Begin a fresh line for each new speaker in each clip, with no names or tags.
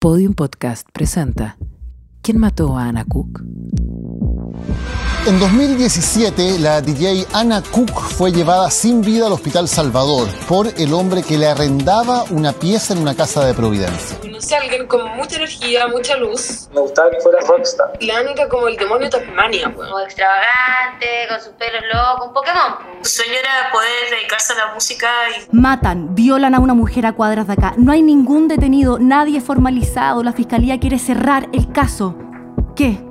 Podium Podcast presenta ¿Quién mató a Anna Cook?
En 2017, la DJ Anna Cook fue llevada sin vida al Hospital Salvador por el hombre que le arrendaba una pieza en una casa de Providencia.
Conocí a alguien con mucha energía, mucha luz.
Me gustaba que fuera rockstar.
Planeta como el demonio de Tasmania, weón.
como extravagante, con sus pelos locos, un Pokémon. po.
Su sueño era poder dedicarse a la música y
Matan, violan a una mujer a cuadras de acá. No hay ningún detenido, nadie formalizado. La fiscalía quiere cerrar el caso. ¿Qué?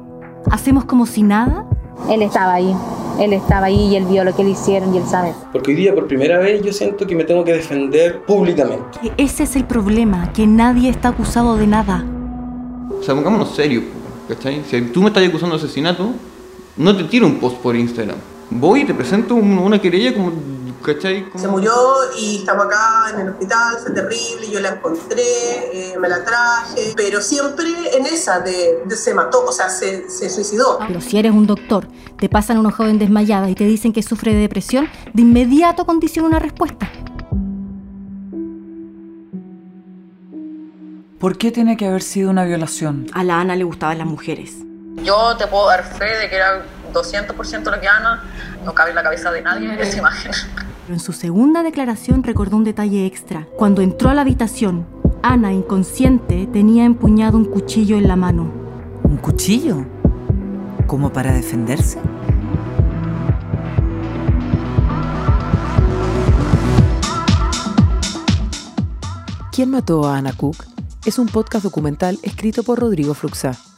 ¿Hacemos como si nada?
Él estaba ahí, él estaba ahí y él vio lo que le hicieron y él sabe.
Porque hoy día por primera vez yo siento que me tengo que defender públicamente.
Que Ese es el problema, que nadie está acusado de nada.
O sea, pongámonos serios, ¿cachai? Si tú me estás acusando de asesinato, no te tiro un post por Instagram. Voy y te presento un- una querella como, ¿cachai? Como-
Se murió y estamos acá en el hospital, fue terrible, yo la encontré, eh, me la traje, pero siempre en esa de, de se mató, o sea, se, se suicidó.
Pero si eres un doctor, te pasan a una joven desmayada y te dicen que sufre de depresión, de inmediato condiciona una respuesta.
¿Por qué tiene que haber sido una violación?
A la Ana le gustaban las mujeres.
Yo te puedo dar fe de que era 200% lo que Ana, no cabe en la cabeza de nadie esa imagen.
Pero en su segunda declaración recordó un detalle extra. Cuando entró a la habitación, Ana, inconsciente, tenía empuñado un cuchillo en la mano.
¿Un cuchillo? ¿Como para defenderse?
¿Quién mató a Anna Cook? Es un podcast documental escrito por Rodrigo Fluxá.